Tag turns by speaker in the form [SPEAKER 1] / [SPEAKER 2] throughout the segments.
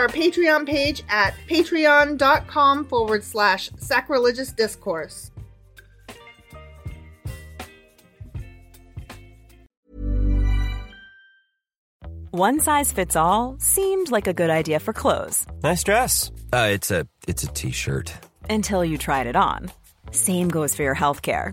[SPEAKER 1] our Patreon page at patreon.com forward slash sacrilegious discourse.
[SPEAKER 2] One size fits all seemed like a good idea for clothes
[SPEAKER 3] Nice dress. Uh, it's a it's a t-shirt.
[SPEAKER 2] until you tried it on. Same goes for your healthcare.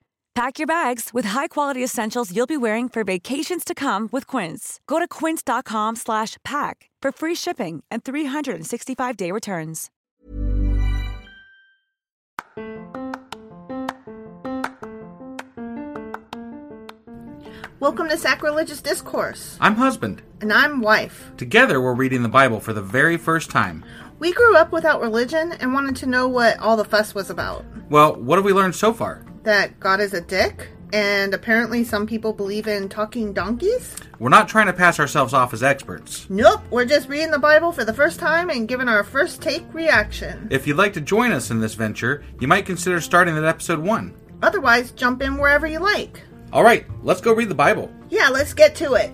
[SPEAKER 2] Pack your bags with high-quality essentials you'll be wearing for vacations to come with Quince. Go to quince.com slash pack for free shipping and 365-day returns.
[SPEAKER 1] Welcome to Sacrilegious Discourse,
[SPEAKER 4] I'm husband.
[SPEAKER 1] and I'm Wife.
[SPEAKER 4] Together we're reading the Bible for the very first time.
[SPEAKER 1] We grew up without religion and wanted to know what all the fuss was about.
[SPEAKER 4] Well, what have we learned so far?
[SPEAKER 1] That God is a dick, and apparently some people believe in talking donkeys?
[SPEAKER 4] We're not trying to pass ourselves off as experts.
[SPEAKER 1] Nope, we're just reading the Bible for the first time and giving our first take reaction.
[SPEAKER 4] If you'd like to join us in this venture, you might consider starting at episode 1.
[SPEAKER 1] Otherwise, jump in wherever you like.
[SPEAKER 4] All right, let's go read the Bible.
[SPEAKER 1] Yeah, let's get to it.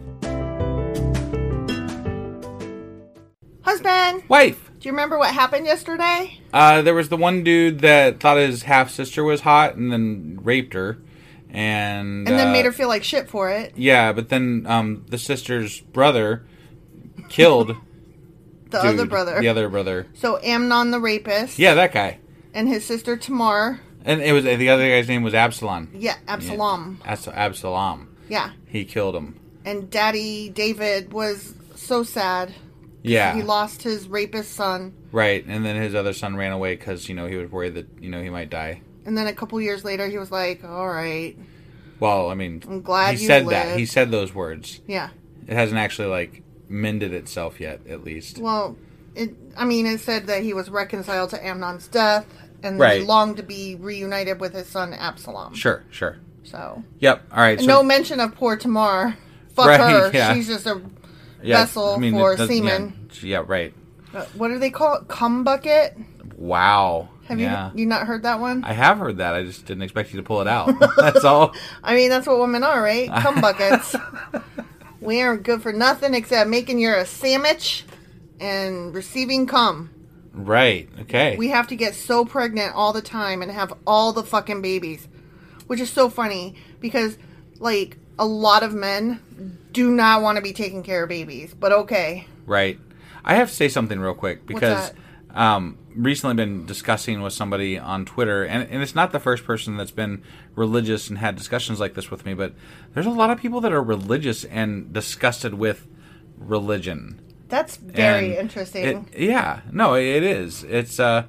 [SPEAKER 1] Husband,
[SPEAKER 4] Wife!
[SPEAKER 1] do you remember what happened yesterday?
[SPEAKER 4] Uh, there was the one dude that thought his half sister was hot and then raped her. And,
[SPEAKER 1] And then
[SPEAKER 4] uh,
[SPEAKER 1] made her feel like shit for it.
[SPEAKER 4] Yeah, but then um, the sister's brother killed
[SPEAKER 1] The
[SPEAKER 4] dude,
[SPEAKER 1] other brother.
[SPEAKER 4] The other brother.
[SPEAKER 1] So Amnon the rapist.
[SPEAKER 4] Yeah, that guy.
[SPEAKER 1] And his sister Tamar.
[SPEAKER 4] And it was the other guy's name was Absalom.
[SPEAKER 1] Yeah, Absalom.
[SPEAKER 4] As- Absalom.
[SPEAKER 1] Yeah.
[SPEAKER 4] He killed him.
[SPEAKER 1] And daddy David was so sad.
[SPEAKER 4] Yeah.
[SPEAKER 1] He lost his rapist son.
[SPEAKER 4] Right, and then his other son ran away because you know he was worried that you know he might die.
[SPEAKER 1] And then a couple years later, he was like, all right.
[SPEAKER 4] Well, I mean,
[SPEAKER 1] I'm glad
[SPEAKER 4] he
[SPEAKER 1] you
[SPEAKER 4] said that.
[SPEAKER 1] lived.
[SPEAKER 4] He said those words.
[SPEAKER 1] Yeah.
[SPEAKER 4] It hasn't actually like mended itself yet, at least.
[SPEAKER 1] Well, it, I mean, it said that he was reconciled to Amnon's death and
[SPEAKER 4] Right.
[SPEAKER 1] he longed to be reunited with his son Absalom.
[SPEAKER 4] sure, sure.
[SPEAKER 1] So,
[SPEAKER 4] Yep. All right.
[SPEAKER 1] and
[SPEAKER 4] So,
[SPEAKER 1] no mention of poor Tamar. Fuck
[SPEAKER 4] Right,
[SPEAKER 1] her.
[SPEAKER 4] yeah.
[SPEAKER 1] She's just a
[SPEAKER 4] yeah,
[SPEAKER 1] vessel
[SPEAKER 4] it
[SPEAKER 1] for
[SPEAKER 4] does-
[SPEAKER 1] semen.
[SPEAKER 4] Yeah, yeah, right.
[SPEAKER 1] uh, what do they call it? Cum bucket.
[SPEAKER 4] Wow.
[SPEAKER 1] Have
[SPEAKER 4] yeah.
[SPEAKER 1] you you not heard that one?
[SPEAKER 4] I have heard that. I just didn't expect you to pull it out. That's all.
[SPEAKER 1] I mean, that's what women are, right? Cum buckets. we aren't good for nothing except making you a sandwich and receiving cum.
[SPEAKER 4] Right. Okay.
[SPEAKER 1] We have to get so pregnant all the time and have all the fucking babies, which is so funny because, like, a lot of men do not want to be taking care of babies, but okay.
[SPEAKER 4] Right. I have to say something real quick because
[SPEAKER 1] that?
[SPEAKER 4] um, recently been discussing with somebody on Twitter, and, and it's not the first person that's been religious and had discussions like this with me, but there's a lot of people that are religious and disgusted with religion.
[SPEAKER 1] That's very
[SPEAKER 4] And
[SPEAKER 1] interesting.
[SPEAKER 4] it- yeah, no, it is. It's uh,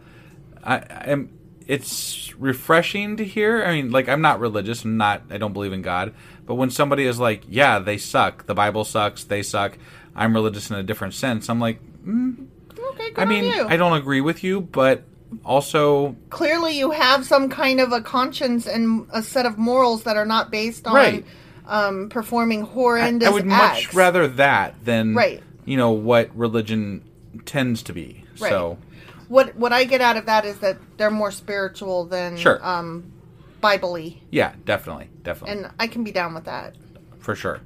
[SPEAKER 4] I am. It's refreshing to hear. I mean, like I'm not religious. I'm not. I don't believe in God. But when somebody is like, "Yeah, they suck. The Bible sucks. They suck." I'm religious in a different sense. I'm like,
[SPEAKER 1] okay, good
[SPEAKER 4] I mean,
[SPEAKER 1] on you.
[SPEAKER 4] I don't agree with you, but also,
[SPEAKER 1] Clearly, you have some kind of a conscience and a set of morals that are not based on
[SPEAKER 4] Right.
[SPEAKER 1] um, performing
[SPEAKER 4] I,
[SPEAKER 1] horrendous
[SPEAKER 4] I would
[SPEAKER 1] acts.
[SPEAKER 4] much rather that than
[SPEAKER 1] Right.
[SPEAKER 4] You know what religion tends to be.
[SPEAKER 1] Right.
[SPEAKER 4] So
[SPEAKER 1] What what I get out of that is that they're more spiritual than
[SPEAKER 4] Sure.
[SPEAKER 1] um, Bible-y,
[SPEAKER 4] yeah, definitely, definitely.
[SPEAKER 1] and I can be down with that.
[SPEAKER 4] for sure.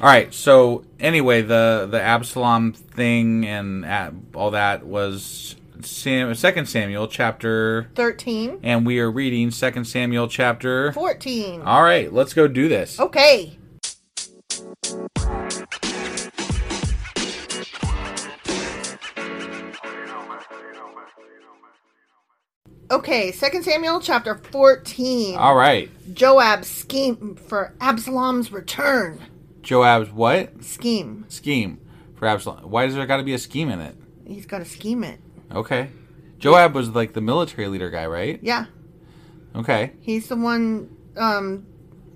[SPEAKER 4] All right. So anyway, the the Absalom thing and a all that was Sam, Second Samuel chapter,
[SPEAKER 1] 13,
[SPEAKER 4] and we are reading Second Samuel chapter.
[SPEAKER 1] 14.
[SPEAKER 4] All right, let's go do this.
[SPEAKER 1] Oh. Okay. Okay, 2 Samuel chapter 14.
[SPEAKER 4] All right,
[SPEAKER 1] Joab's scheme for Absalom's return.
[SPEAKER 4] Joab's what
[SPEAKER 1] Scheme.
[SPEAKER 4] scheme for Absalom? Why does there got to be a scheme in it?
[SPEAKER 1] He's got to scheme it.
[SPEAKER 4] Okay, Joab was like the military leader guy, right?
[SPEAKER 1] Yeah,
[SPEAKER 4] Okay,
[SPEAKER 1] he's the one. Um,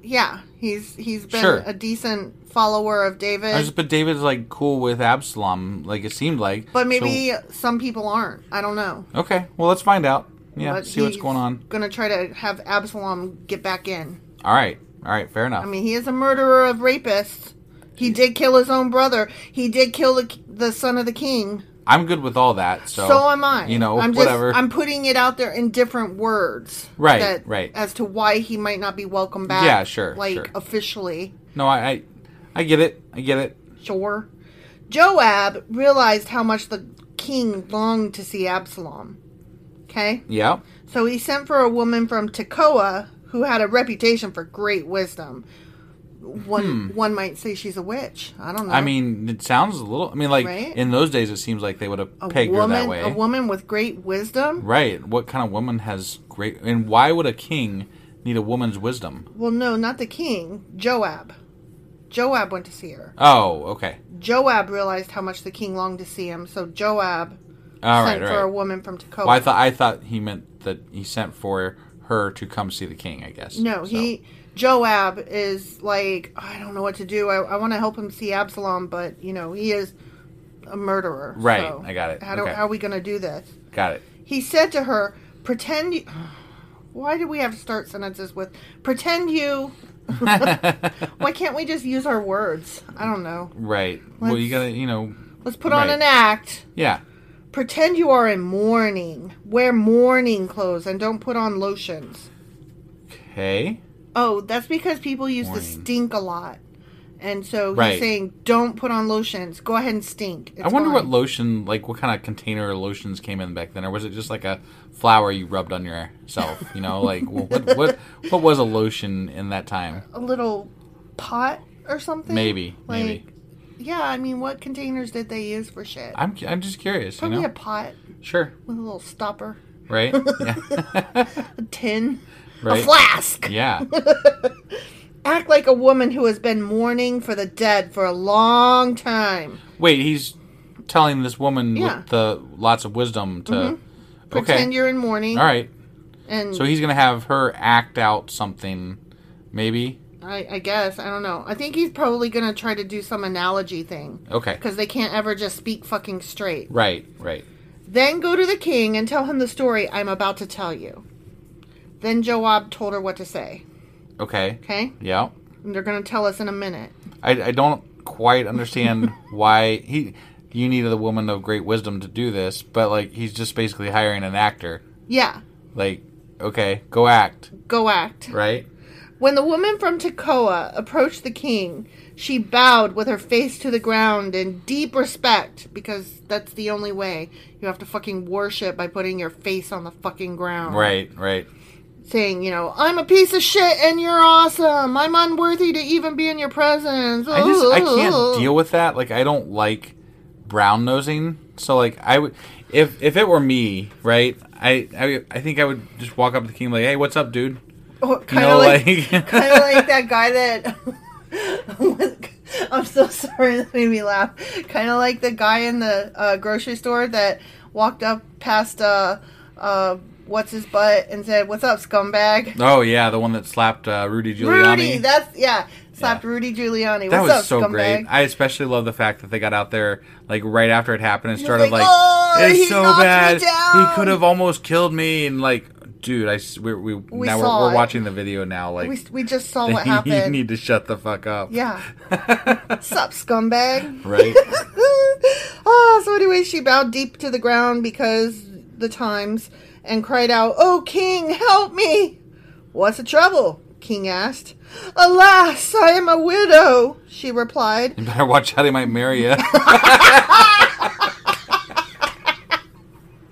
[SPEAKER 1] yeah, he's he's been
[SPEAKER 4] Sure.
[SPEAKER 1] a decent follower of David,
[SPEAKER 4] I just but David's like cool with Absalom, like it seemed like.
[SPEAKER 1] but
[SPEAKER 4] So-
[SPEAKER 1] maybe some people aren't. I don't know.
[SPEAKER 4] okay. Well, let's find out. Yeah,
[SPEAKER 1] But
[SPEAKER 4] see what's
[SPEAKER 1] he's
[SPEAKER 4] going on.
[SPEAKER 1] Gonna try to have Absalom get back in.
[SPEAKER 4] All right, all right, fair enough.
[SPEAKER 1] I mean, he is a murderer of rapists. He did kill his own brother. He did kill the, the son of the king.
[SPEAKER 4] I'm good with all that. So,
[SPEAKER 1] So, am I.
[SPEAKER 4] You know,
[SPEAKER 1] I'm
[SPEAKER 4] whatever.
[SPEAKER 1] Just, I'm putting it out there in different words.
[SPEAKER 4] Right, right.
[SPEAKER 1] As to why he might not be welcome back.
[SPEAKER 4] Yeah, sure,
[SPEAKER 1] Like
[SPEAKER 4] sure.
[SPEAKER 1] officially.
[SPEAKER 4] no, I, I, I get it. I get it.
[SPEAKER 1] Sure. Joab realized how much the king longed to see Absalom. Okay?
[SPEAKER 4] Yeah.
[SPEAKER 1] So he sent for a woman from Tekoa who had a reputation for great wisdom. One one might say she's a witch. I don't
[SPEAKER 4] Hmm.
[SPEAKER 1] know.
[SPEAKER 4] I mean, it sounds a little. I mean, like
[SPEAKER 1] Right?
[SPEAKER 4] in those days, it seems like they would have
[SPEAKER 1] a
[SPEAKER 4] pegged
[SPEAKER 1] woman,
[SPEAKER 4] her that way.
[SPEAKER 1] a woman with great wisdom.
[SPEAKER 4] Right. What kind of woman has great? And why would a king need a woman's wisdom?
[SPEAKER 1] Well, no, not the king. Joab. Joab went to see her.
[SPEAKER 4] Oh, okay.
[SPEAKER 1] Joab realized how much the king longed to see him, so Joab
[SPEAKER 4] All Ah, right,
[SPEAKER 1] sent
[SPEAKER 4] all
[SPEAKER 1] for a
[SPEAKER 4] right.
[SPEAKER 1] woman from Tekoa.
[SPEAKER 4] Well, I thought I thought he meant that he sent for her to come see the king. I guess.
[SPEAKER 1] No,
[SPEAKER 4] So-
[SPEAKER 1] he Joab is like, I don't know what to do. I, I want to help him see Absalom, but you know he is a murderer.
[SPEAKER 4] Right,
[SPEAKER 1] so
[SPEAKER 4] I got it.
[SPEAKER 1] How, do,
[SPEAKER 4] Okay.
[SPEAKER 1] how are we going to do this?
[SPEAKER 4] got it.
[SPEAKER 1] He said to her, "Pretend." You, why do we have to start sentences with "pretend you"? why can't we just use our words? I don't know.
[SPEAKER 4] Right. well, you
[SPEAKER 1] Let's-
[SPEAKER 4] gotta, you know.
[SPEAKER 1] Let's put on
[SPEAKER 4] Right.
[SPEAKER 1] an act.
[SPEAKER 4] Yeah.
[SPEAKER 1] Pretend you are in mourning. Wear mourning clothes and don't put on lotions.
[SPEAKER 4] Okay.
[SPEAKER 1] Oh, that's because people used to
[SPEAKER 4] Morning.
[SPEAKER 1] stink a lot. And so he's
[SPEAKER 4] Right.
[SPEAKER 1] saying, don't put on lotions. Go ahead and stink. It's
[SPEAKER 4] I wonder what
[SPEAKER 1] fine."
[SPEAKER 4] lotion, like what kind of container lotions came in back then, or was it just like a flower you rubbed on yourself? You know, like wh- what what what was a lotion in that time?
[SPEAKER 1] a little pot or something.
[SPEAKER 4] Maybe,
[SPEAKER 1] Like,
[SPEAKER 4] maybe.
[SPEAKER 1] Yeah, I mean, what containers did they use for shit?
[SPEAKER 4] I'm cu- I'm just curious. You
[SPEAKER 1] Probably a
[SPEAKER 4] know,
[SPEAKER 1] pot
[SPEAKER 4] sure,
[SPEAKER 1] with a little stopper,
[SPEAKER 4] right? Yeah,
[SPEAKER 1] a tin,
[SPEAKER 4] Right.
[SPEAKER 1] a flask.
[SPEAKER 4] yeah.
[SPEAKER 1] Act like a woman who has been mourning for the dead for a long time.
[SPEAKER 4] Wait, he's telling this woman
[SPEAKER 1] Yeah. Mm-hmm.
[SPEAKER 4] with the lots of wisdom to.
[SPEAKER 1] Pretend
[SPEAKER 4] Okay,
[SPEAKER 1] you're in mourning.
[SPEAKER 4] all right.
[SPEAKER 1] And
[SPEAKER 4] So he's gonna have her act out something, maybe.
[SPEAKER 1] I, I guess. I don't know. I think he's probably going to try to do some analogy thing.
[SPEAKER 4] Okay,
[SPEAKER 1] Because they can't ever just speak fucking straight.
[SPEAKER 4] right, right.
[SPEAKER 1] Then go to the king and tell him the story I'm about to tell you. Then Joab told her what to say.
[SPEAKER 4] Okay,
[SPEAKER 1] Okay?
[SPEAKER 4] yeah.
[SPEAKER 1] And they're going to tell us in a minute.
[SPEAKER 4] I, I don't quite understand why he you need a woman of great wisdom to do this, but like he's just basically hiring an actor.
[SPEAKER 1] Yeah,
[SPEAKER 4] Like, okay, go act,
[SPEAKER 1] go act.
[SPEAKER 4] right?
[SPEAKER 1] When the woman from Tekoa approached the king, she bowed with her face to the ground in deep respect because that's the only way. You have to fucking worship by putting your face on the fucking ground.
[SPEAKER 4] Right, right.
[SPEAKER 1] Saying, you know, I'm a piece of shit and you're awesome. I'm unworthy to even be in your presence.
[SPEAKER 4] I just I
[SPEAKER 1] Oh.
[SPEAKER 4] can't deal with that. Like I don't like brown nosing. So like I would if if it were me, right? I I, I think I would just walk up to the king like, "Hey, what's up, dude?"
[SPEAKER 1] with
[SPEAKER 4] You
[SPEAKER 1] kind
[SPEAKER 4] know,
[SPEAKER 1] of like,
[SPEAKER 4] like
[SPEAKER 1] kind of like that guy that. I'm so sorry that made me laugh. Kind of like the guy in the uh, grocery store that walked up past uh, uh, what's his butt and said, "What's up, scumbag?"
[SPEAKER 4] Oh yeah, the one that slapped uh, Rudy Giuliani.
[SPEAKER 1] Rudy, that's yeah, slapped Rudy Giuliani.
[SPEAKER 4] that
[SPEAKER 1] What's
[SPEAKER 4] was
[SPEAKER 1] up,
[SPEAKER 4] so
[SPEAKER 1] scumbag?
[SPEAKER 4] great. I especially love the fact that they got out there like right after it happened and
[SPEAKER 1] was
[SPEAKER 4] started
[SPEAKER 1] like,
[SPEAKER 4] like,
[SPEAKER 1] "Oh,
[SPEAKER 4] "It's
[SPEAKER 1] he
[SPEAKER 4] so
[SPEAKER 1] knocked me
[SPEAKER 4] bad.
[SPEAKER 1] down."
[SPEAKER 4] He could have almost killed me." And like, dude, I s- we, we, now
[SPEAKER 1] saw
[SPEAKER 4] we're, we're
[SPEAKER 1] it.
[SPEAKER 4] watching the video now. Like,
[SPEAKER 1] we we just saw
[SPEAKER 4] they
[SPEAKER 1] what happened.
[SPEAKER 4] need to shut the fuck up.
[SPEAKER 1] yeah. Sup, scumbag?
[SPEAKER 4] Right.
[SPEAKER 1] ah, so anyway, she bowed deep to the ground because the times and cried out, "Oh, king, help me!" What's the trouble? King asked. Alas, I am a widow, she replied.
[SPEAKER 4] You better watch out, he might marry you.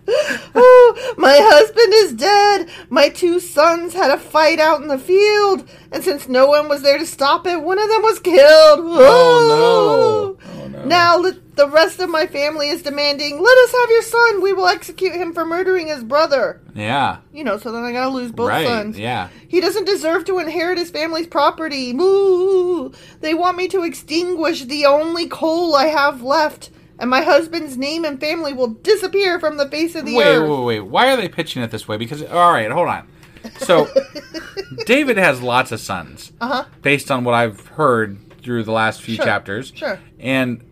[SPEAKER 1] Oh, my husband is dead. My two sons had a fight out in the field, and since no one was there to stop it, one of them was killed.
[SPEAKER 4] Oh,
[SPEAKER 1] Whoa. Now let- the rest of my family is demanding, "Let us have your son. We will execute him for murdering his brother."
[SPEAKER 4] yeah.
[SPEAKER 1] You know, so then I gotta lose both
[SPEAKER 4] right.
[SPEAKER 1] sons.
[SPEAKER 4] Yeah.
[SPEAKER 1] He doesn't deserve to inherit his family's property. Moo! They want me to extinguish the only coal I have left, and my husband's name and family will disappear from the face of the
[SPEAKER 4] Wait,
[SPEAKER 1] earth.
[SPEAKER 4] wait, wait. Why are they pitching it this way? Because all right, hold on. So David has lots of sons, uh-huh. based on what I've heard through the last few
[SPEAKER 1] Sure,
[SPEAKER 4] chapters.
[SPEAKER 1] sure.
[SPEAKER 4] And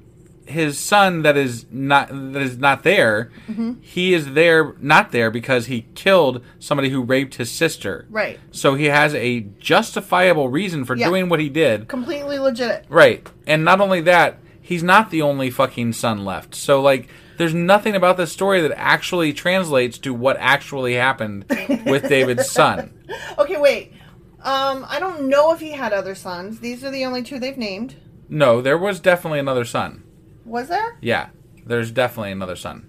[SPEAKER 4] his son that is not that is not there,
[SPEAKER 1] Mm-hmm.
[SPEAKER 4] he is there not there because he killed somebody who raped his sister.
[SPEAKER 1] Right.
[SPEAKER 4] So he has a justifiable reason for
[SPEAKER 1] Yeah.
[SPEAKER 4] doing what he did.
[SPEAKER 1] Completely legit.
[SPEAKER 4] Right. And not only that, he's not the only fucking son left. So like there's nothing about this story that actually translates to what actually happened with David's son.
[SPEAKER 1] Okay, wait. Um, I don't know if he had other sons. These are the only two they've named.
[SPEAKER 4] No, there was definitely another son.
[SPEAKER 1] Was there?
[SPEAKER 4] Yeah. There's definitely another son.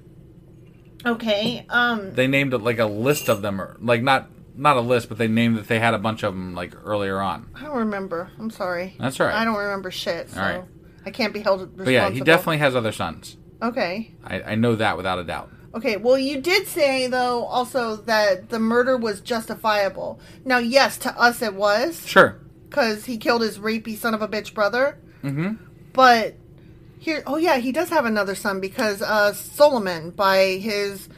[SPEAKER 1] Okay. Um,
[SPEAKER 4] They named it like a list of them or like not not a list, but they named that they had a bunch of them like earlier on.
[SPEAKER 1] I don't remember. I'm sorry.
[SPEAKER 4] That's all right.
[SPEAKER 1] I don't remember shit. So
[SPEAKER 4] right.
[SPEAKER 1] I can't be held responsible.
[SPEAKER 4] But yeah, he definitely has other sons.
[SPEAKER 1] Okay.
[SPEAKER 4] I, I know that without a doubt.
[SPEAKER 1] Okay, well, you did say, though, also that the murder was justifiable. Now, yes, to us it was,
[SPEAKER 4] Sure.
[SPEAKER 1] because he killed his rapey son of a bitch brother. Mm-hmm. But here, oh, yeah, he does have another son because uh, Solomon, by his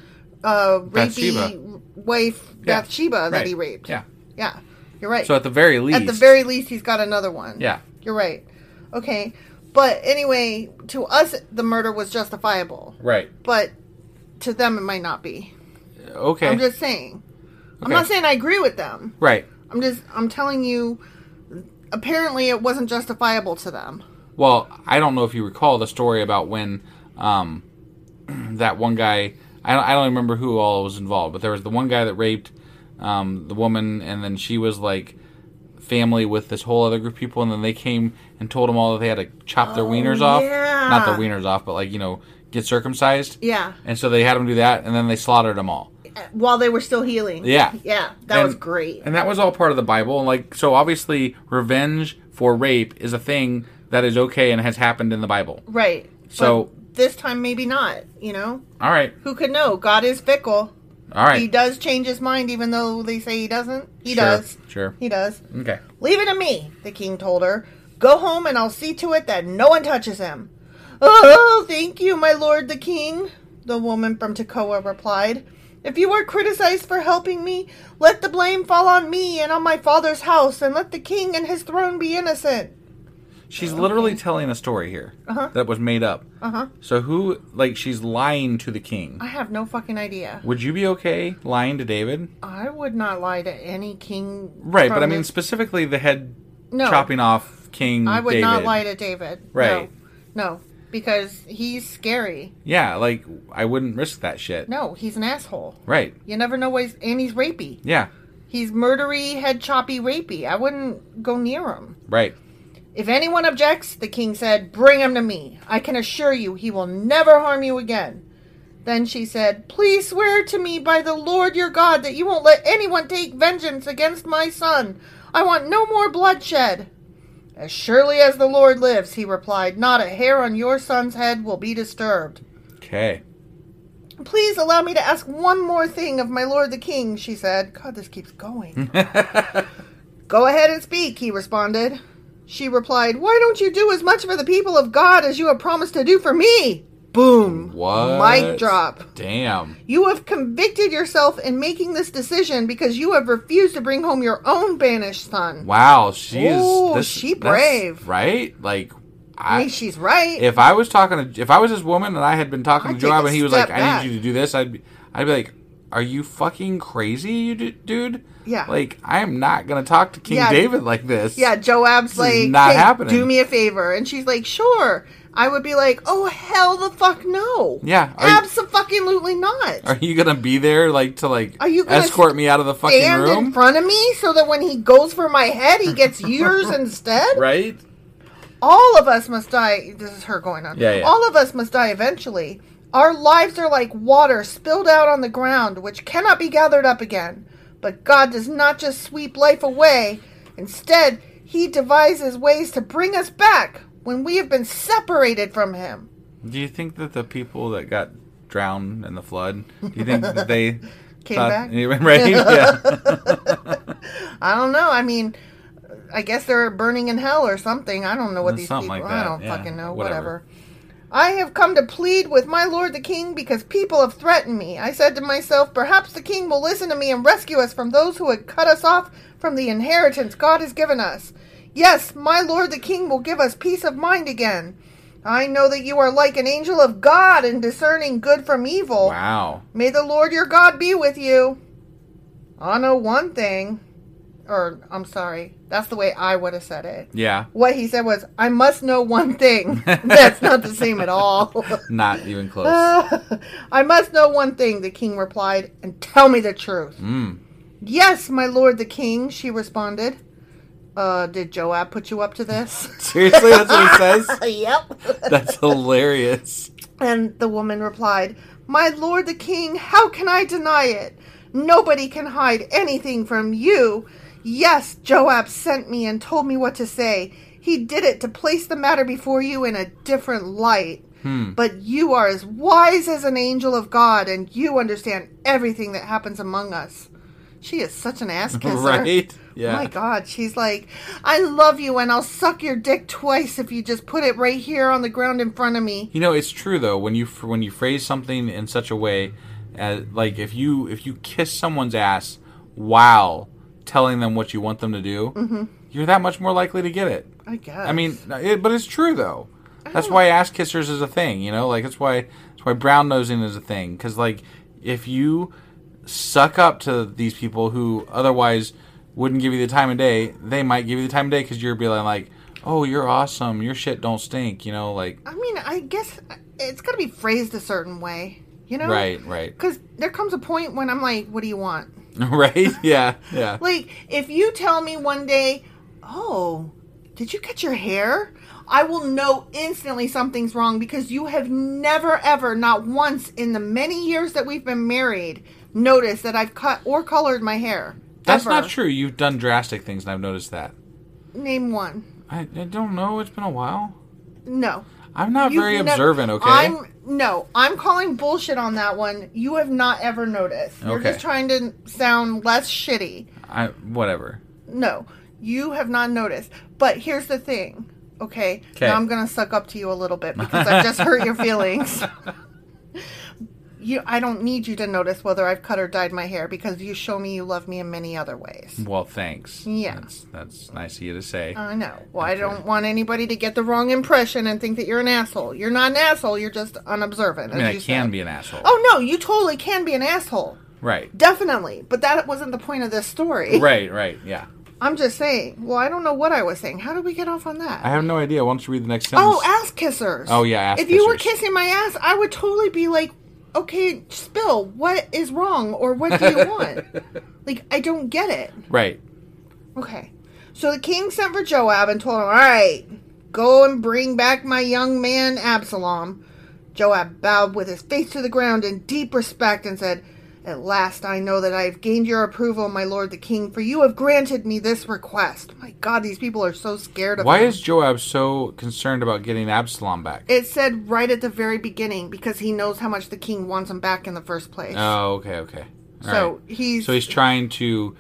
[SPEAKER 1] uh, rapey
[SPEAKER 4] Bathsheba.
[SPEAKER 1] wife,
[SPEAKER 4] Yeah.
[SPEAKER 1] Bathsheba, Oh, that he
[SPEAKER 4] Right.
[SPEAKER 1] raped.
[SPEAKER 4] Yeah.
[SPEAKER 1] Yeah, you're right.
[SPEAKER 4] So at the very least
[SPEAKER 1] At the very least, he's got another one.
[SPEAKER 4] Yeah.
[SPEAKER 1] You're right. Okay. But anyway, to us, the murder was justifiable.
[SPEAKER 4] Right.
[SPEAKER 1] But to them, it might not be.
[SPEAKER 4] Okay.
[SPEAKER 1] I'm just saying. I'm
[SPEAKER 4] Okay.
[SPEAKER 1] not saying I agree with them.
[SPEAKER 4] right.
[SPEAKER 1] I'm just I'm telling you apparently it wasn't justifiable to them.
[SPEAKER 4] Well, I don't know if you recall the story about when um, that one guy. I don't, I don't remember who all was involved, but there was the one guy that raped um, the woman, and then she was like family with this whole other group of people, and then they came and told them all that they had to chop their wieners off.
[SPEAKER 1] Oh, yeah.
[SPEAKER 4] Not their wieners off, but like, you know, get circumcised.
[SPEAKER 1] Yeah.
[SPEAKER 4] And so they had them do that, and then they slaughtered them all.
[SPEAKER 1] While they were still healing.
[SPEAKER 4] Yeah.
[SPEAKER 1] Yeah. That was
[SPEAKER 4] And-
[SPEAKER 1] great.
[SPEAKER 4] And that was all part of the Bible. And like, so obviously, revenge for rape is a thing that is okay and has happened in the Bible.
[SPEAKER 1] right.
[SPEAKER 4] So-
[SPEAKER 1] But this time maybe not, you know?
[SPEAKER 4] All right.
[SPEAKER 1] Who could know? God is fickle.
[SPEAKER 4] All right.
[SPEAKER 1] He does change his mind even though they say he doesn't. He
[SPEAKER 4] Sure,
[SPEAKER 1] does.
[SPEAKER 4] sure.
[SPEAKER 1] He does.
[SPEAKER 4] Okay.
[SPEAKER 1] Leave it to me, the king told her. Go home and I'll see to it that no one touches him. Oh, thank you, my lord the king, the woman from Tekoa replied. If you are criticized for helping me, let the blame fall on me and on my father's house, and let the king and his throne be innocent.
[SPEAKER 4] She's literally telling a story here that was made up. Uh-huh. So who like she's lying to the king?
[SPEAKER 1] I have no fucking idea.
[SPEAKER 4] Would you be okay lying to David?
[SPEAKER 1] I would not lie to any king.
[SPEAKER 4] Right, but
[SPEAKER 1] from
[SPEAKER 4] I mean
[SPEAKER 1] this-
[SPEAKER 4] specifically the head
[SPEAKER 1] No.
[SPEAKER 4] chopping off king.
[SPEAKER 1] I would
[SPEAKER 4] David.
[SPEAKER 1] not lie to David.
[SPEAKER 4] Right.
[SPEAKER 1] No. no. because he's scary.
[SPEAKER 4] Yeah, like I wouldn't risk that shit.
[SPEAKER 1] No, he's an asshole.
[SPEAKER 4] Right.
[SPEAKER 1] You never know what he's, and he's rapey.
[SPEAKER 4] Yeah.
[SPEAKER 1] He's murdery, head choppy, rapey. I wouldn't go near him.
[SPEAKER 4] Right.
[SPEAKER 1] If anyone objects, the king said, Bring him to me. I can assure you he will never harm you again. Then she said, Please swear to me by the Lord your God that you won't let anyone take vengeance against my son. I want no more bloodshed. As surely as the Lord lives, he replied, not a hair on your son's head will be disturbed.
[SPEAKER 4] Okay.
[SPEAKER 1] Please allow me to ask one more thing of my lord the king, she said. God, this keeps going. Go ahead and speak, he responded. She replied, Why don't you do as much for the people of God as you have promised to do for me? Boom.
[SPEAKER 4] What?
[SPEAKER 1] Mic drop.
[SPEAKER 4] Damn.
[SPEAKER 1] You have convicted yourself in making this decision because you have refused to bring home your own banished son.
[SPEAKER 4] Wow. She is.
[SPEAKER 1] Ooh,
[SPEAKER 4] this-
[SPEAKER 1] she
[SPEAKER 4] that's-
[SPEAKER 1] brave.
[SPEAKER 4] Right. Like,
[SPEAKER 1] I
[SPEAKER 4] I.
[SPEAKER 1] mean, she's right.
[SPEAKER 4] if I was talking to, if I was this woman and I had been talking
[SPEAKER 1] I'd
[SPEAKER 4] to
[SPEAKER 1] take
[SPEAKER 4] Joab
[SPEAKER 1] a
[SPEAKER 4] and he was
[SPEAKER 1] step
[SPEAKER 4] like,
[SPEAKER 1] back.
[SPEAKER 4] "I need you to do this," I'd be, I'd be like, "Are you fucking crazy, you d- dude?
[SPEAKER 1] Yeah.
[SPEAKER 4] Like, I am not gonna talk to King
[SPEAKER 1] Yeah.
[SPEAKER 4] David like this.
[SPEAKER 1] Yeah, Joab's
[SPEAKER 4] This
[SPEAKER 1] like,
[SPEAKER 4] is not
[SPEAKER 1] "Hey,
[SPEAKER 4] happening.
[SPEAKER 1] do me a favor. And she's like, sure. I would be like, oh, hell the fuck no.
[SPEAKER 4] Yeah, are you-
[SPEAKER 1] Absolutely not.
[SPEAKER 4] Are you gonna be there like to like
[SPEAKER 1] Are you gonna
[SPEAKER 4] escort me out of the fucking
[SPEAKER 1] Stand in
[SPEAKER 4] room?
[SPEAKER 1] front of me so that when he goes for my head, he gets yours instead?
[SPEAKER 4] right?
[SPEAKER 1] All of us must die. This is her going on.
[SPEAKER 4] Yeah, yeah.
[SPEAKER 1] All of us must die eventually. Our lives are like water spilled out on the ground, which cannot be gathered up again. But God does not just sweep life away. Instead, He devises ways to bring us back when we have been separated from Him.
[SPEAKER 4] Do you think that the people that got drowned in the flood? Do you think that they
[SPEAKER 1] Came
[SPEAKER 4] thought-
[SPEAKER 1] back?
[SPEAKER 4] Right? Yeah.
[SPEAKER 1] I don't know. I mean, I guess they're burning in hell or something. I don't know what these people.
[SPEAKER 4] Something like
[SPEAKER 1] I
[SPEAKER 4] that,
[SPEAKER 1] don't
[SPEAKER 4] yeah,
[SPEAKER 1] fucking know.
[SPEAKER 4] whatever.
[SPEAKER 1] Whatever. I have come to plead with my lord the king because people have threatened me. I said to myself, perhaps the king will listen to me and rescue us from those who would cut us off from the inheritance God has given us. Yes, my lord the king will give us peace of mind again. I know that you are like an angel of God in discerning good from evil.
[SPEAKER 4] Wow.
[SPEAKER 1] May the Lord your God be with you. I know one thing. Or, I'm sorry. That's the way I would have said it.
[SPEAKER 4] Yeah.
[SPEAKER 1] What he said was, I must know one thing. That's not the same at all.
[SPEAKER 4] Not even close.
[SPEAKER 1] I must know one thing, the king replied, and tell me the truth. Yes, my lord the king, she responded. Uh, did Joab put you up to this?
[SPEAKER 4] Seriously, that's what it says.
[SPEAKER 1] yep.
[SPEAKER 4] That's hilarious.
[SPEAKER 1] And the woman replied, My lord the king, how can I deny it? Nobody can hide anything from you. Yes, Joab sent me and told me what to say. He did it to place the matter before you in a different light.
[SPEAKER 4] Hmm.
[SPEAKER 1] But you are as wise as an angel of God, and you understand everything that happens among us. She is such an ass kisser.
[SPEAKER 4] Right? Yeah.
[SPEAKER 1] My God, she's like, I love you, and I'll suck your dick twice if you just put it right here on the ground in front of me.
[SPEAKER 4] You know, it's true though. When you when you phrase something in such a way, as, like if you if you kiss someone's ass while telling them what you want them to do, you're that much more likely to get it.
[SPEAKER 1] I guess.
[SPEAKER 4] I mean, uh, it, but it's true though. That's why ass kissers is a thing. You know, like that's why that's why brown nosing is a thing. Because like if you suck up to these people who otherwise wouldn't give you the time of day, they might give you the time of day because you're being like, "Oh, you're awesome. Your shit don't stink." You know, like
[SPEAKER 1] I mean, I guess it's got to be phrased a certain way, you know?
[SPEAKER 4] right, right,
[SPEAKER 1] Because there comes a point when I'm like, what do you want?
[SPEAKER 4] right. Yeah, yeah.
[SPEAKER 1] Like, if you tell me one day, oh, did you cut your hair? I will know instantly something's wrong because you have never, ever, not once in the many years that we've been married, noticed that I've cut or colored my hair.
[SPEAKER 4] That's
[SPEAKER 1] Ever.
[SPEAKER 4] not true. You've done drastic things, and I've noticed that.
[SPEAKER 1] Name one.
[SPEAKER 4] I, I don't know. It's been a while.
[SPEAKER 1] No.
[SPEAKER 4] I'm not
[SPEAKER 1] You've
[SPEAKER 4] very
[SPEAKER 1] nev-
[SPEAKER 4] observant. Okay.
[SPEAKER 1] I'm no, I'm calling bullshit on that one. You have not ever noticed. You're
[SPEAKER 4] Okay.
[SPEAKER 1] just trying to sound less shitty.
[SPEAKER 4] I whatever.
[SPEAKER 1] No, you have not noticed. But here's the thing, okay?
[SPEAKER 4] 'Kay.
[SPEAKER 1] Now I'm gonna suck up to you a little bit because I've just hurt your feelings. You, I don't need you to notice whether I've cut or dyed my hair because you show me you love me in many other ways.
[SPEAKER 4] Well, thanks.
[SPEAKER 1] Yeah. Uh,
[SPEAKER 4] That's, that's nice of you to say.
[SPEAKER 1] I know. Well, I don't want anybody to get the wrong impression and think that you're an asshole. You're not an asshole. You're just unobservant.
[SPEAKER 4] I mean,
[SPEAKER 1] as
[SPEAKER 4] I
[SPEAKER 1] you
[SPEAKER 4] can
[SPEAKER 1] said.
[SPEAKER 4] be an asshole.
[SPEAKER 1] Oh no, you totally can be an asshole.
[SPEAKER 4] Right.
[SPEAKER 1] Definitely. But that wasn't the point of this story.
[SPEAKER 4] Right, right, yeah.
[SPEAKER 1] I'm just saying. Well, I don't know what I was saying. How did we get off on that?
[SPEAKER 4] I have no idea. Why don't you read the next sentence?
[SPEAKER 1] oh, ass kissers.
[SPEAKER 4] Oh, yeah, ass
[SPEAKER 1] if you were
[SPEAKER 4] kissers.
[SPEAKER 1] kissing my ass, I would totally be like, okay, spill. What is wrong, or what do you want? like, I don't get it.
[SPEAKER 4] right.
[SPEAKER 1] Okay. So the king sent for Joab and told him, All right, go and bring back my young man Absalom. Joab bowed with his face to the ground in deep respect and said, At last I know that I have gained your approval, my lord the king, for you have granted me this request. My god, these people are so scared of
[SPEAKER 4] Why
[SPEAKER 1] him.
[SPEAKER 4] is Joab so concerned about getting Absalom back?
[SPEAKER 1] it said right at the very beginning because he knows how much the king wants him back in the first place.
[SPEAKER 4] Oh, okay, okay. All
[SPEAKER 1] so
[SPEAKER 4] right.
[SPEAKER 1] he's
[SPEAKER 4] so he's trying to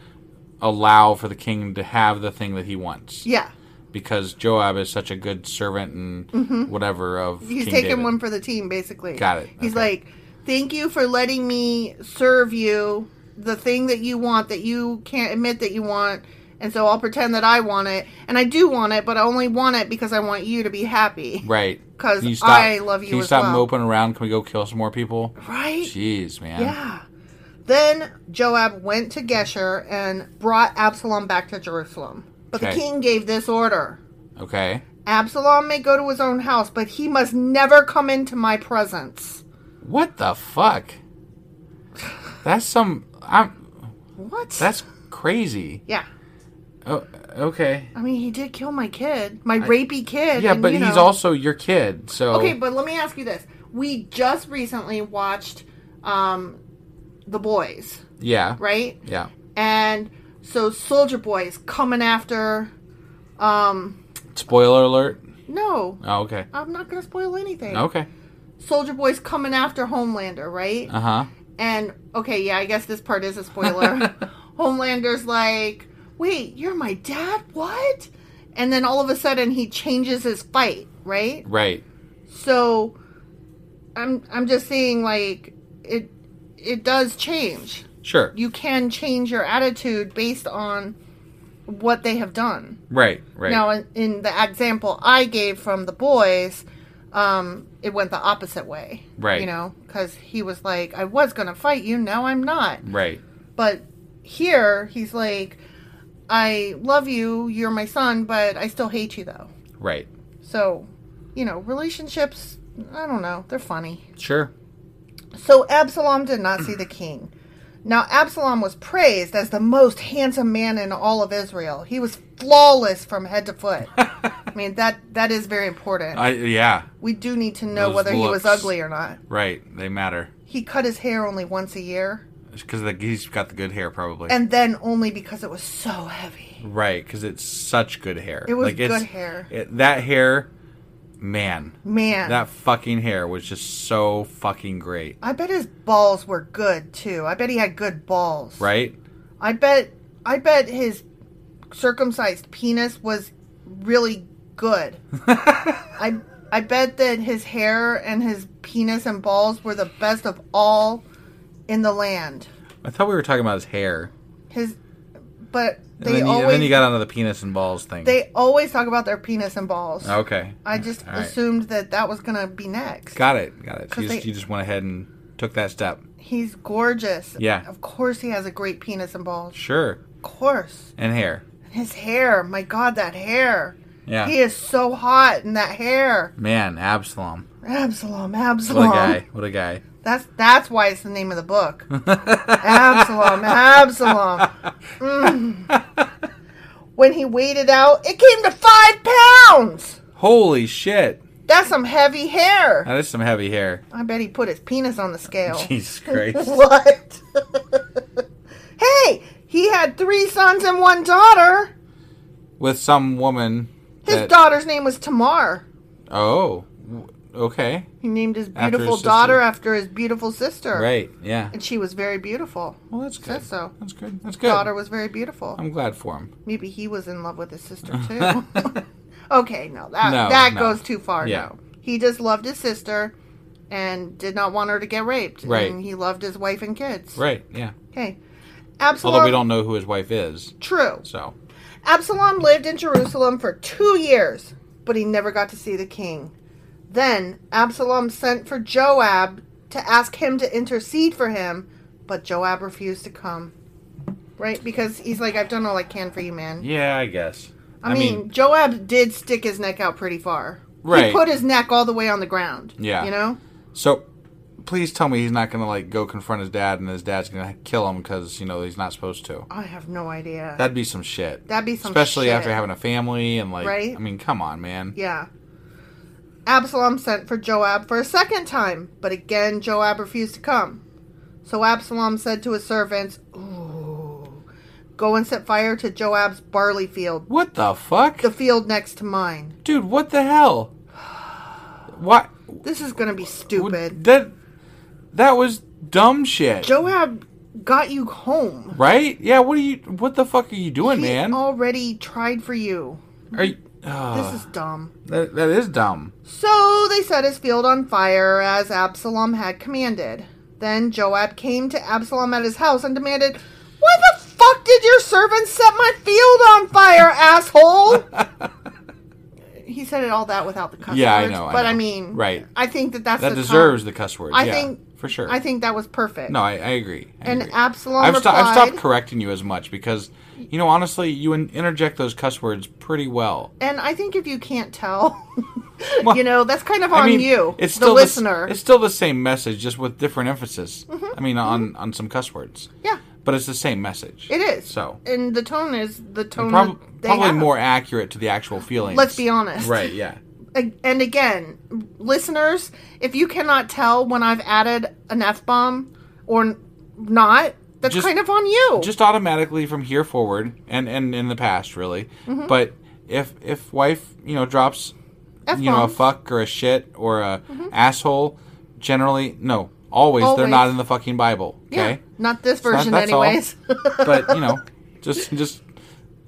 [SPEAKER 4] allow for the king to have the thing that he wants
[SPEAKER 1] yeah,
[SPEAKER 4] because Joab is such a good servant and
[SPEAKER 1] Mm-hmm.
[SPEAKER 4] whatever of
[SPEAKER 1] he's
[SPEAKER 4] King
[SPEAKER 1] taking
[SPEAKER 4] David.
[SPEAKER 1] one for the team basically
[SPEAKER 4] Got it.
[SPEAKER 1] he's
[SPEAKER 4] Okay.
[SPEAKER 1] like thank you for letting me serve you the thing that you want that you can't admit that you want and so i'll pretend that i want it and i do want it but i only want it because i want you to be happy
[SPEAKER 4] right
[SPEAKER 1] 'Cause
[SPEAKER 4] Can stop-
[SPEAKER 1] I love you
[SPEAKER 4] Can you
[SPEAKER 1] as
[SPEAKER 4] stop
[SPEAKER 1] well.
[SPEAKER 4] moping around? Can we go kill some more people?
[SPEAKER 1] Right?
[SPEAKER 4] Jeez, man.
[SPEAKER 1] yeah then joab went to geshur and brought absalom back to jerusalem but the
[SPEAKER 4] Okay.
[SPEAKER 1] king gave this order
[SPEAKER 4] Okay.
[SPEAKER 1] absalom may go to his own house but he must never come into my presence
[SPEAKER 4] What the fuck? That's some. I'm.
[SPEAKER 1] what
[SPEAKER 4] That's crazy.
[SPEAKER 1] yeah
[SPEAKER 4] Oh, okay.
[SPEAKER 1] I mean, he did kill my kid, my rapey kid.
[SPEAKER 4] Yeah,
[SPEAKER 1] and,
[SPEAKER 4] but
[SPEAKER 1] you
[SPEAKER 4] he's
[SPEAKER 1] know-
[SPEAKER 4] also your kid, so
[SPEAKER 1] okay. But let me ask you this: We just recently watched um, The Boys,
[SPEAKER 4] yeah,
[SPEAKER 1] right?
[SPEAKER 4] yeah.
[SPEAKER 1] And so Soldier Boy is coming after. Um,
[SPEAKER 4] Spoiler alert.
[SPEAKER 1] no,
[SPEAKER 4] Oh, okay,
[SPEAKER 1] I'm not gonna spoil anything.
[SPEAKER 4] okay.
[SPEAKER 1] Soldier Boy's coming after Homelander, right?
[SPEAKER 4] Uh huh.
[SPEAKER 1] And okay, yeah, I guess this part is a spoiler. Homelander's like, "Wait, you're my dad? What?" And then all of a sudden, he changes his fight, right?
[SPEAKER 4] Right.
[SPEAKER 1] So I'm I'm just saying like it it does change.
[SPEAKER 4] Sure.
[SPEAKER 1] You can change your attitude based on what they have done.
[SPEAKER 4] right. Right.
[SPEAKER 1] Now uh, in, in the example I gave from the boys, um it went the opposite way.
[SPEAKER 4] Right.
[SPEAKER 1] You know, cuz he was like I was going to fight you, now I'm not.
[SPEAKER 4] right.
[SPEAKER 1] But here he's like I love you, you're my son, but I still hate you though.
[SPEAKER 4] Right.
[SPEAKER 1] So, you know, relationships, I don't know, they're funny.
[SPEAKER 4] Sure.
[SPEAKER 1] So Absalom did not see the king. Now Absalom was praised as the most handsome man in all of Israel. He was flawless from head to foot. I mean that that is very important.
[SPEAKER 4] I yeah.
[SPEAKER 1] we do need to know
[SPEAKER 4] Those
[SPEAKER 1] whether he was
[SPEAKER 4] looks.
[SPEAKER 1] ugly or not.
[SPEAKER 4] Right. They matter
[SPEAKER 1] He cut his hair only once a year,
[SPEAKER 4] because he's got the good hair probably.
[SPEAKER 1] and then only because it was so heavy.
[SPEAKER 4] right. Because it's such good hair.
[SPEAKER 1] It was
[SPEAKER 4] like, it's-
[SPEAKER 1] good hair.
[SPEAKER 4] it- that hair, man.
[SPEAKER 1] Man,
[SPEAKER 4] That fucking hair was just so fucking great.
[SPEAKER 1] I bet his balls were good too. I bet he had good balls.
[SPEAKER 4] Right.
[SPEAKER 1] I bet I bet his circumcised penis was really good. I I bet that his hair and his penis and balls were the best of all in the land.
[SPEAKER 4] I thought we were talking about his hair.
[SPEAKER 1] His but
[SPEAKER 4] And
[SPEAKER 1] they
[SPEAKER 4] then, you,
[SPEAKER 1] always
[SPEAKER 4] and then you got onto the penis and balls thing.
[SPEAKER 1] they always talk about their penis and balls.
[SPEAKER 4] okay.
[SPEAKER 1] I just
[SPEAKER 4] All right.
[SPEAKER 1] assumed that that was going to be next.
[SPEAKER 4] Got it. Got it. So
[SPEAKER 1] 'Cause
[SPEAKER 4] you, just,
[SPEAKER 1] they-
[SPEAKER 4] you just went ahead and took that step.
[SPEAKER 1] He's gorgeous.
[SPEAKER 4] Yeah.
[SPEAKER 1] Of course he has a great penis and balls.
[SPEAKER 4] Sure.
[SPEAKER 1] Of course.
[SPEAKER 4] And hair.
[SPEAKER 1] His hair, my God, that hair.
[SPEAKER 4] Yeah.
[SPEAKER 1] He is so hot in that hair.
[SPEAKER 4] Man, Absalom.
[SPEAKER 1] Absalom,
[SPEAKER 4] What
[SPEAKER 1] Absalom.
[SPEAKER 4] a guy. What a guy.
[SPEAKER 1] That's that's why it's the name of the book. Absalom, Absalom. Mm. When he weighed it out, it came to five pounds.
[SPEAKER 4] Holy shit.
[SPEAKER 1] That's some heavy hair.
[SPEAKER 4] That is some heavy hair.
[SPEAKER 1] I bet he put his penis on the scale.
[SPEAKER 4] Jesus Christ.
[SPEAKER 1] Oh. What? hey, he had three sons and one daughter.
[SPEAKER 4] With some woman.
[SPEAKER 1] His
[SPEAKER 4] that-
[SPEAKER 1] daughter's name was Tamar.
[SPEAKER 4] Oh. w- Okay.
[SPEAKER 1] He named his
[SPEAKER 4] his
[SPEAKER 1] beautiful
[SPEAKER 4] sister.
[SPEAKER 1] daughter after his beautiful sister.
[SPEAKER 4] Right. Yeah.
[SPEAKER 1] And she was very beautiful.
[SPEAKER 4] Well, that's good.
[SPEAKER 1] Says so.
[SPEAKER 4] That's good. That's good.
[SPEAKER 1] Daughter was very beautiful.
[SPEAKER 4] I'm glad for him.
[SPEAKER 1] Maybe he was in love with his sister too. okay, no, that
[SPEAKER 4] No,
[SPEAKER 1] that
[SPEAKER 4] no.
[SPEAKER 1] goes too far.
[SPEAKER 4] Yeah.
[SPEAKER 1] No, he just loved his sister and did not want her to get raped.
[SPEAKER 4] Right.
[SPEAKER 1] And he loved his wife and kids.
[SPEAKER 4] Right. Yeah.
[SPEAKER 1] Okay.
[SPEAKER 4] Although
[SPEAKER 1] Absalom.
[SPEAKER 4] we don't know who his wife is.
[SPEAKER 1] True.
[SPEAKER 4] So.
[SPEAKER 1] Absalom lived in Jerusalem for two years, but he never got to see the king. Then Absalom sent for Joab to ask him to intercede for him, but Joab refused to come. right? Because he's like, I've done all I can for you, man.
[SPEAKER 4] Yeah, I guess.
[SPEAKER 1] I, mean, Joab did stick his neck out pretty far. He
[SPEAKER 4] Right.
[SPEAKER 1] put his neck all the way on the ground.
[SPEAKER 4] Yeah.
[SPEAKER 1] You know?
[SPEAKER 4] so please tell me he's not going to like go confront his dad, and his dad's going to kill him because you know he's not supposed to.
[SPEAKER 1] I have no idea.
[SPEAKER 4] That'd be some shit.
[SPEAKER 1] That'd be some
[SPEAKER 4] especially after
[SPEAKER 1] shit.
[SPEAKER 4] having a family and like.
[SPEAKER 1] Right?
[SPEAKER 4] I mean, come on, man.
[SPEAKER 1] yeah. Absalom sent for Joab for a second time, but again Joab refused to come. So Absalom said to his servants, Ooh, go and set fire to Joab's barley field,
[SPEAKER 4] What the fuck,
[SPEAKER 1] the field next to mine.
[SPEAKER 4] dude? What the hell? What?
[SPEAKER 1] This is going to be stupid.
[SPEAKER 4] That that was dumb shit.
[SPEAKER 1] Joab got you home.
[SPEAKER 4] right? Yeah. What are you? What the fuck are you doing,
[SPEAKER 1] He
[SPEAKER 4] man?
[SPEAKER 1] already tried for you.
[SPEAKER 4] are you? Oh,
[SPEAKER 1] This is dumb.
[SPEAKER 4] that, that is dumb.
[SPEAKER 1] So they set his field on fire as Absalom had commanded. Then Joab came to Absalom at his house and demanded, Why the fuck did your servant set my field on fire, asshole? he said it all that without the cuss
[SPEAKER 4] Yeah, I
[SPEAKER 1] words,
[SPEAKER 4] know, I
[SPEAKER 1] But I
[SPEAKER 4] know.
[SPEAKER 1] mean,
[SPEAKER 4] Right.
[SPEAKER 1] I think that that's
[SPEAKER 4] That
[SPEAKER 1] the
[SPEAKER 4] deserves
[SPEAKER 1] time-
[SPEAKER 4] the cuss word.
[SPEAKER 1] I
[SPEAKER 4] yeah,
[SPEAKER 1] think
[SPEAKER 4] for sure.
[SPEAKER 1] I think that was perfect.
[SPEAKER 4] No, I, I agree. I
[SPEAKER 1] And
[SPEAKER 4] agree.
[SPEAKER 1] Absalom
[SPEAKER 4] I've, sto- I've stopped
[SPEAKER 1] replied-
[SPEAKER 4] correcting you as much because, you know, honestly, you in- interject those cuss words pretty well.
[SPEAKER 1] and I think if you can't tell, you know that's kind of on
[SPEAKER 4] I mean,
[SPEAKER 1] you,
[SPEAKER 4] it's
[SPEAKER 1] the
[SPEAKER 4] still s-
[SPEAKER 1] listener. Mm-hmm.
[SPEAKER 4] it's still the same message, just with different emphasis. I mean, on on some cuss words.
[SPEAKER 1] yeah,
[SPEAKER 4] But it's the same message.
[SPEAKER 1] it is.
[SPEAKER 4] So,
[SPEAKER 1] and the tone is the tone.
[SPEAKER 4] prob-
[SPEAKER 1] that Mm, they
[SPEAKER 4] probably
[SPEAKER 1] have.
[SPEAKER 4] more accurate to the actual feelings.
[SPEAKER 1] Let's be honest.
[SPEAKER 4] Right, yeah.
[SPEAKER 1] A- And again, listeners, if you cannot tell when I've added an F bomb or n- not, that's
[SPEAKER 4] Just-
[SPEAKER 1] kind of on you.
[SPEAKER 4] just automatically from here forward and and in the past really
[SPEAKER 1] Mm-hmm.
[SPEAKER 4] but if if wife you know drops you know a
[SPEAKER 1] F-bombs.
[SPEAKER 4] fuck or a shit or a asshole generally no always, they're
[SPEAKER 1] Mm-hmm. Always.
[SPEAKER 4] not in the fucking bible
[SPEAKER 1] yeah,
[SPEAKER 4] okay
[SPEAKER 1] not this
[SPEAKER 4] So that-
[SPEAKER 1] version,
[SPEAKER 4] that's all.
[SPEAKER 1] anyways.
[SPEAKER 4] but you know just just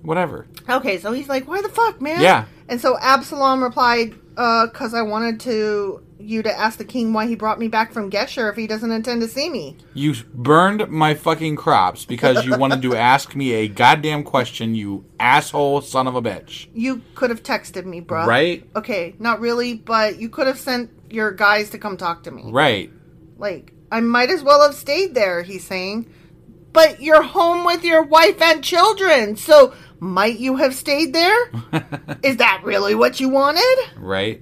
[SPEAKER 4] whatever
[SPEAKER 1] okay, so he's like, "Why the fuck, man?"
[SPEAKER 4] Yeah.
[SPEAKER 1] And so Absalom replied, "Uh, cause I wanted to you to ask the king why he brought me back from Geshur if he doesn't intend to see me."
[SPEAKER 4] you burned my fucking crops because you wanted to ask me a goddamn question you asshole son of a bitch
[SPEAKER 1] You could have texted me, bruh.
[SPEAKER 4] Right.
[SPEAKER 1] Okay, not really, but you could have sent your guys to come talk to me.
[SPEAKER 4] right
[SPEAKER 1] Like, I might as well have stayed there, he's saying. But you're home with your wife and children, so might you have stayed there? Is that really what you wanted?
[SPEAKER 4] right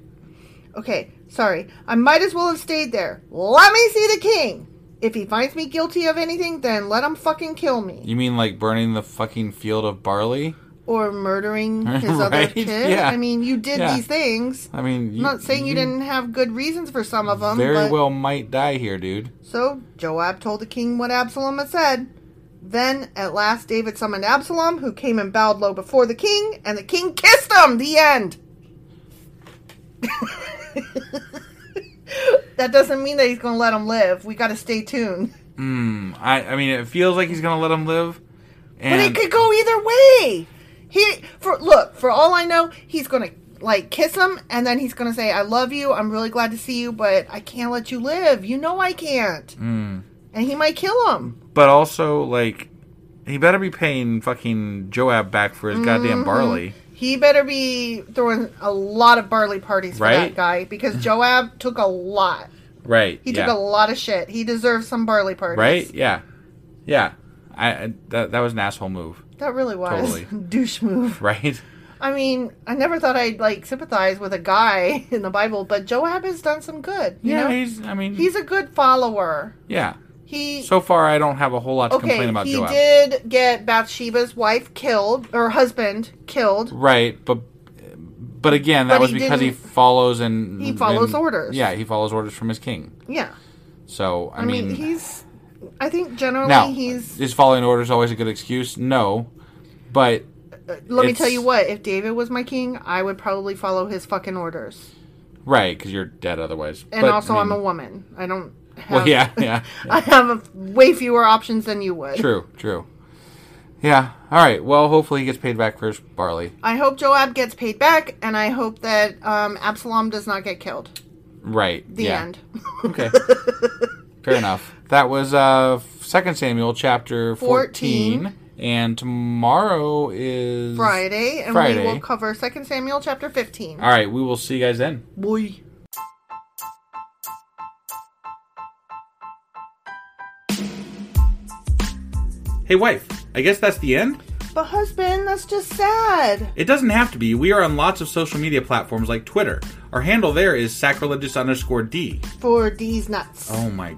[SPEAKER 1] Okay, sorry. I might as well have stayed there. Let me see the king. If he finds me guilty of anything, then let him fucking kill me.
[SPEAKER 4] you mean like burning the fucking field of barley
[SPEAKER 1] Or murdering his other
[SPEAKER 4] Right?
[SPEAKER 1] kid.
[SPEAKER 4] Yeah.
[SPEAKER 1] I mean, you did
[SPEAKER 4] Yeah.
[SPEAKER 1] these things.
[SPEAKER 4] i mean
[SPEAKER 1] I'm not saying you, didn't have good reasons for some of them.
[SPEAKER 4] very
[SPEAKER 1] but...
[SPEAKER 4] well might die here, dude.
[SPEAKER 1] So Joab told the king what Absalom had said. Then at last David summoned Absalom, who came and bowed low before the king, and the king kissed him. The end. that doesn't mean that he's going to let him live. We got to stay tuned.
[SPEAKER 4] I, I mean, it feels like he's gonna let him live.
[SPEAKER 1] But
[SPEAKER 4] And
[SPEAKER 1] it could go either way. He for look, for all I know, he's going to like kiss him and then he's going to say I love you. I'm really glad to see you, but I can't let you live. You know I can't. And he might kill him.
[SPEAKER 4] but also like, he better be paying fucking Joab back for his
[SPEAKER 1] Mm-hmm.
[SPEAKER 4] goddamn barley.
[SPEAKER 1] He better be throwing a lot of barley parties for that
[SPEAKER 4] Right?
[SPEAKER 1] guy because Joab took a lot.
[SPEAKER 4] Right.
[SPEAKER 1] He
[SPEAKER 4] yeah.
[SPEAKER 1] took a lot of shit. He deserves some barley parties.
[SPEAKER 4] Right. Yeah. Yeah. I, I that that was an asshole move.
[SPEAKER 1] That really was
[SPEAKER 4] Totally.
[SPEAKER 1] douche move.
[SPEAKER 4] Right.
[SPEAKER 1] I mean, I never thought I'd like sympathize with a guy in the Bible, but Joab has done some good. You
[SPEAKER 4] yeah.
[SPEAKER 1] know?
[SPEAKER 4] he's. I mean.
[SPEAKER 1] he's a good follower.
[SPEAKER 4] Yeah.
[SPEAKER 1] He
[SPEAKER 4] So far, I don't have a whole lot to
[SPEAKER 1] okay.
[SPEAKER 4] complain about
[SPEAKER 1] he
[SPEAKER 4] Joab.
[SPEAKER 1] did get Bathsheba's wife killed or husband killed.
[SPEAKER 4] Right. But. But again, that
[SPEAKER 1] But
[SPEAKER 4] was
[SPEAKER 1] he
[SPEAKER 4] because he
[SPEAKER 1] didn't-
[SPEAKER 4] follows and
[SPEAKER 1] He follows
[SPEAKER 4] and-
[SPEAKER 1] orders.
[SPEAKER 4] Yeah, he follows orders from his king.
[SPEAKER 1] Yeah,
[SPEAKER 4] So I,
[SPEAKER 1] I mean,
[SPEAKER 4] mean
[SPEAKER 1] he's. I think generally
[SPEAKER 4] Now,
[SPEAKER 1] he's.
[SPEAKER 4] is following orders always a good excuse? No, but
[SPEAKER 1] Let me
[SPEAKER 4] It's-
[SPEAKER 1] tell you what, if David was my king, I would probably follow his fucking orders.
[SPEAKER 4] right because you're dead otherwise.
[SPEAKER 1] And
[SPEAKER 4] But,
[SPEAKER 1] also,
[SPEAKER 4] I
[SPEAKER 1] I am
[SPEAKER 4] mean,
[SPEAKER 1] a woman. I don't have.
[SPEAKER 4] Well, yeah, yeah,
[SPEAKER 1] I have a, way fewer options than you would.
[SPEAKER 4] true, true. Yeah. All right. Well, hopefully he gets paid back for his barley.
[SPEAKER 1] I hope Joab gets paid back, and I hope that um, Absalom does not get killed.
[SPEAKER 4] Right.
[SPEAKER 1] The
[SPEAKER 4] yeah.
[SPEAKER 1] end.
[SPEAKER 4] Okay. Fair enough. That was uh Second Samuel chapter 14, and tomorrow is
[SPEAKER 1] Friday, and
[SPEAKER 4] Friday.
[SPEAKER 1] we will cover 2 Samuel chapter 15.
[SPEAKER 4] All right. We will see you guys then.
[SPEAKER 1] Boy.
[SPEAKER 4] Hey, wife. I guess that's the end.
[SPEAKER 1] But husband, that's just sad.
[SPEAKER 4] It doesn't have to be. We are on lots of social media platforms like Twitter. Our handle there is sacrilegious underscore D.
[SPEAKER 1] For these nuts.
[SPEAKER 4] Oh my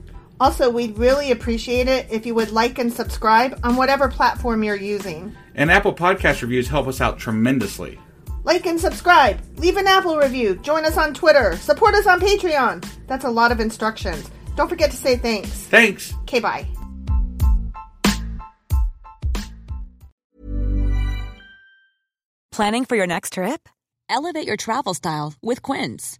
[SPEAKER 1] Also, we'd really appreciate it if you would like and subscribe on whatever platform you're using.
[SPEAKER 4] And Apple Podcast reviews help us out tremendously.
[SPEAKER 1] Like and subscribe, leave an Apple review, join us on Twitter, support us on Patreon. That's a lot of instructions. Don't forget to say thanks.
[SPEAKER 4] Thanks!
[SPEAKER 1] Okay, bye.
[SPEAKER 2] Planning for your next trip?
[SPEAKER 5] Elevate your travel style with Quince.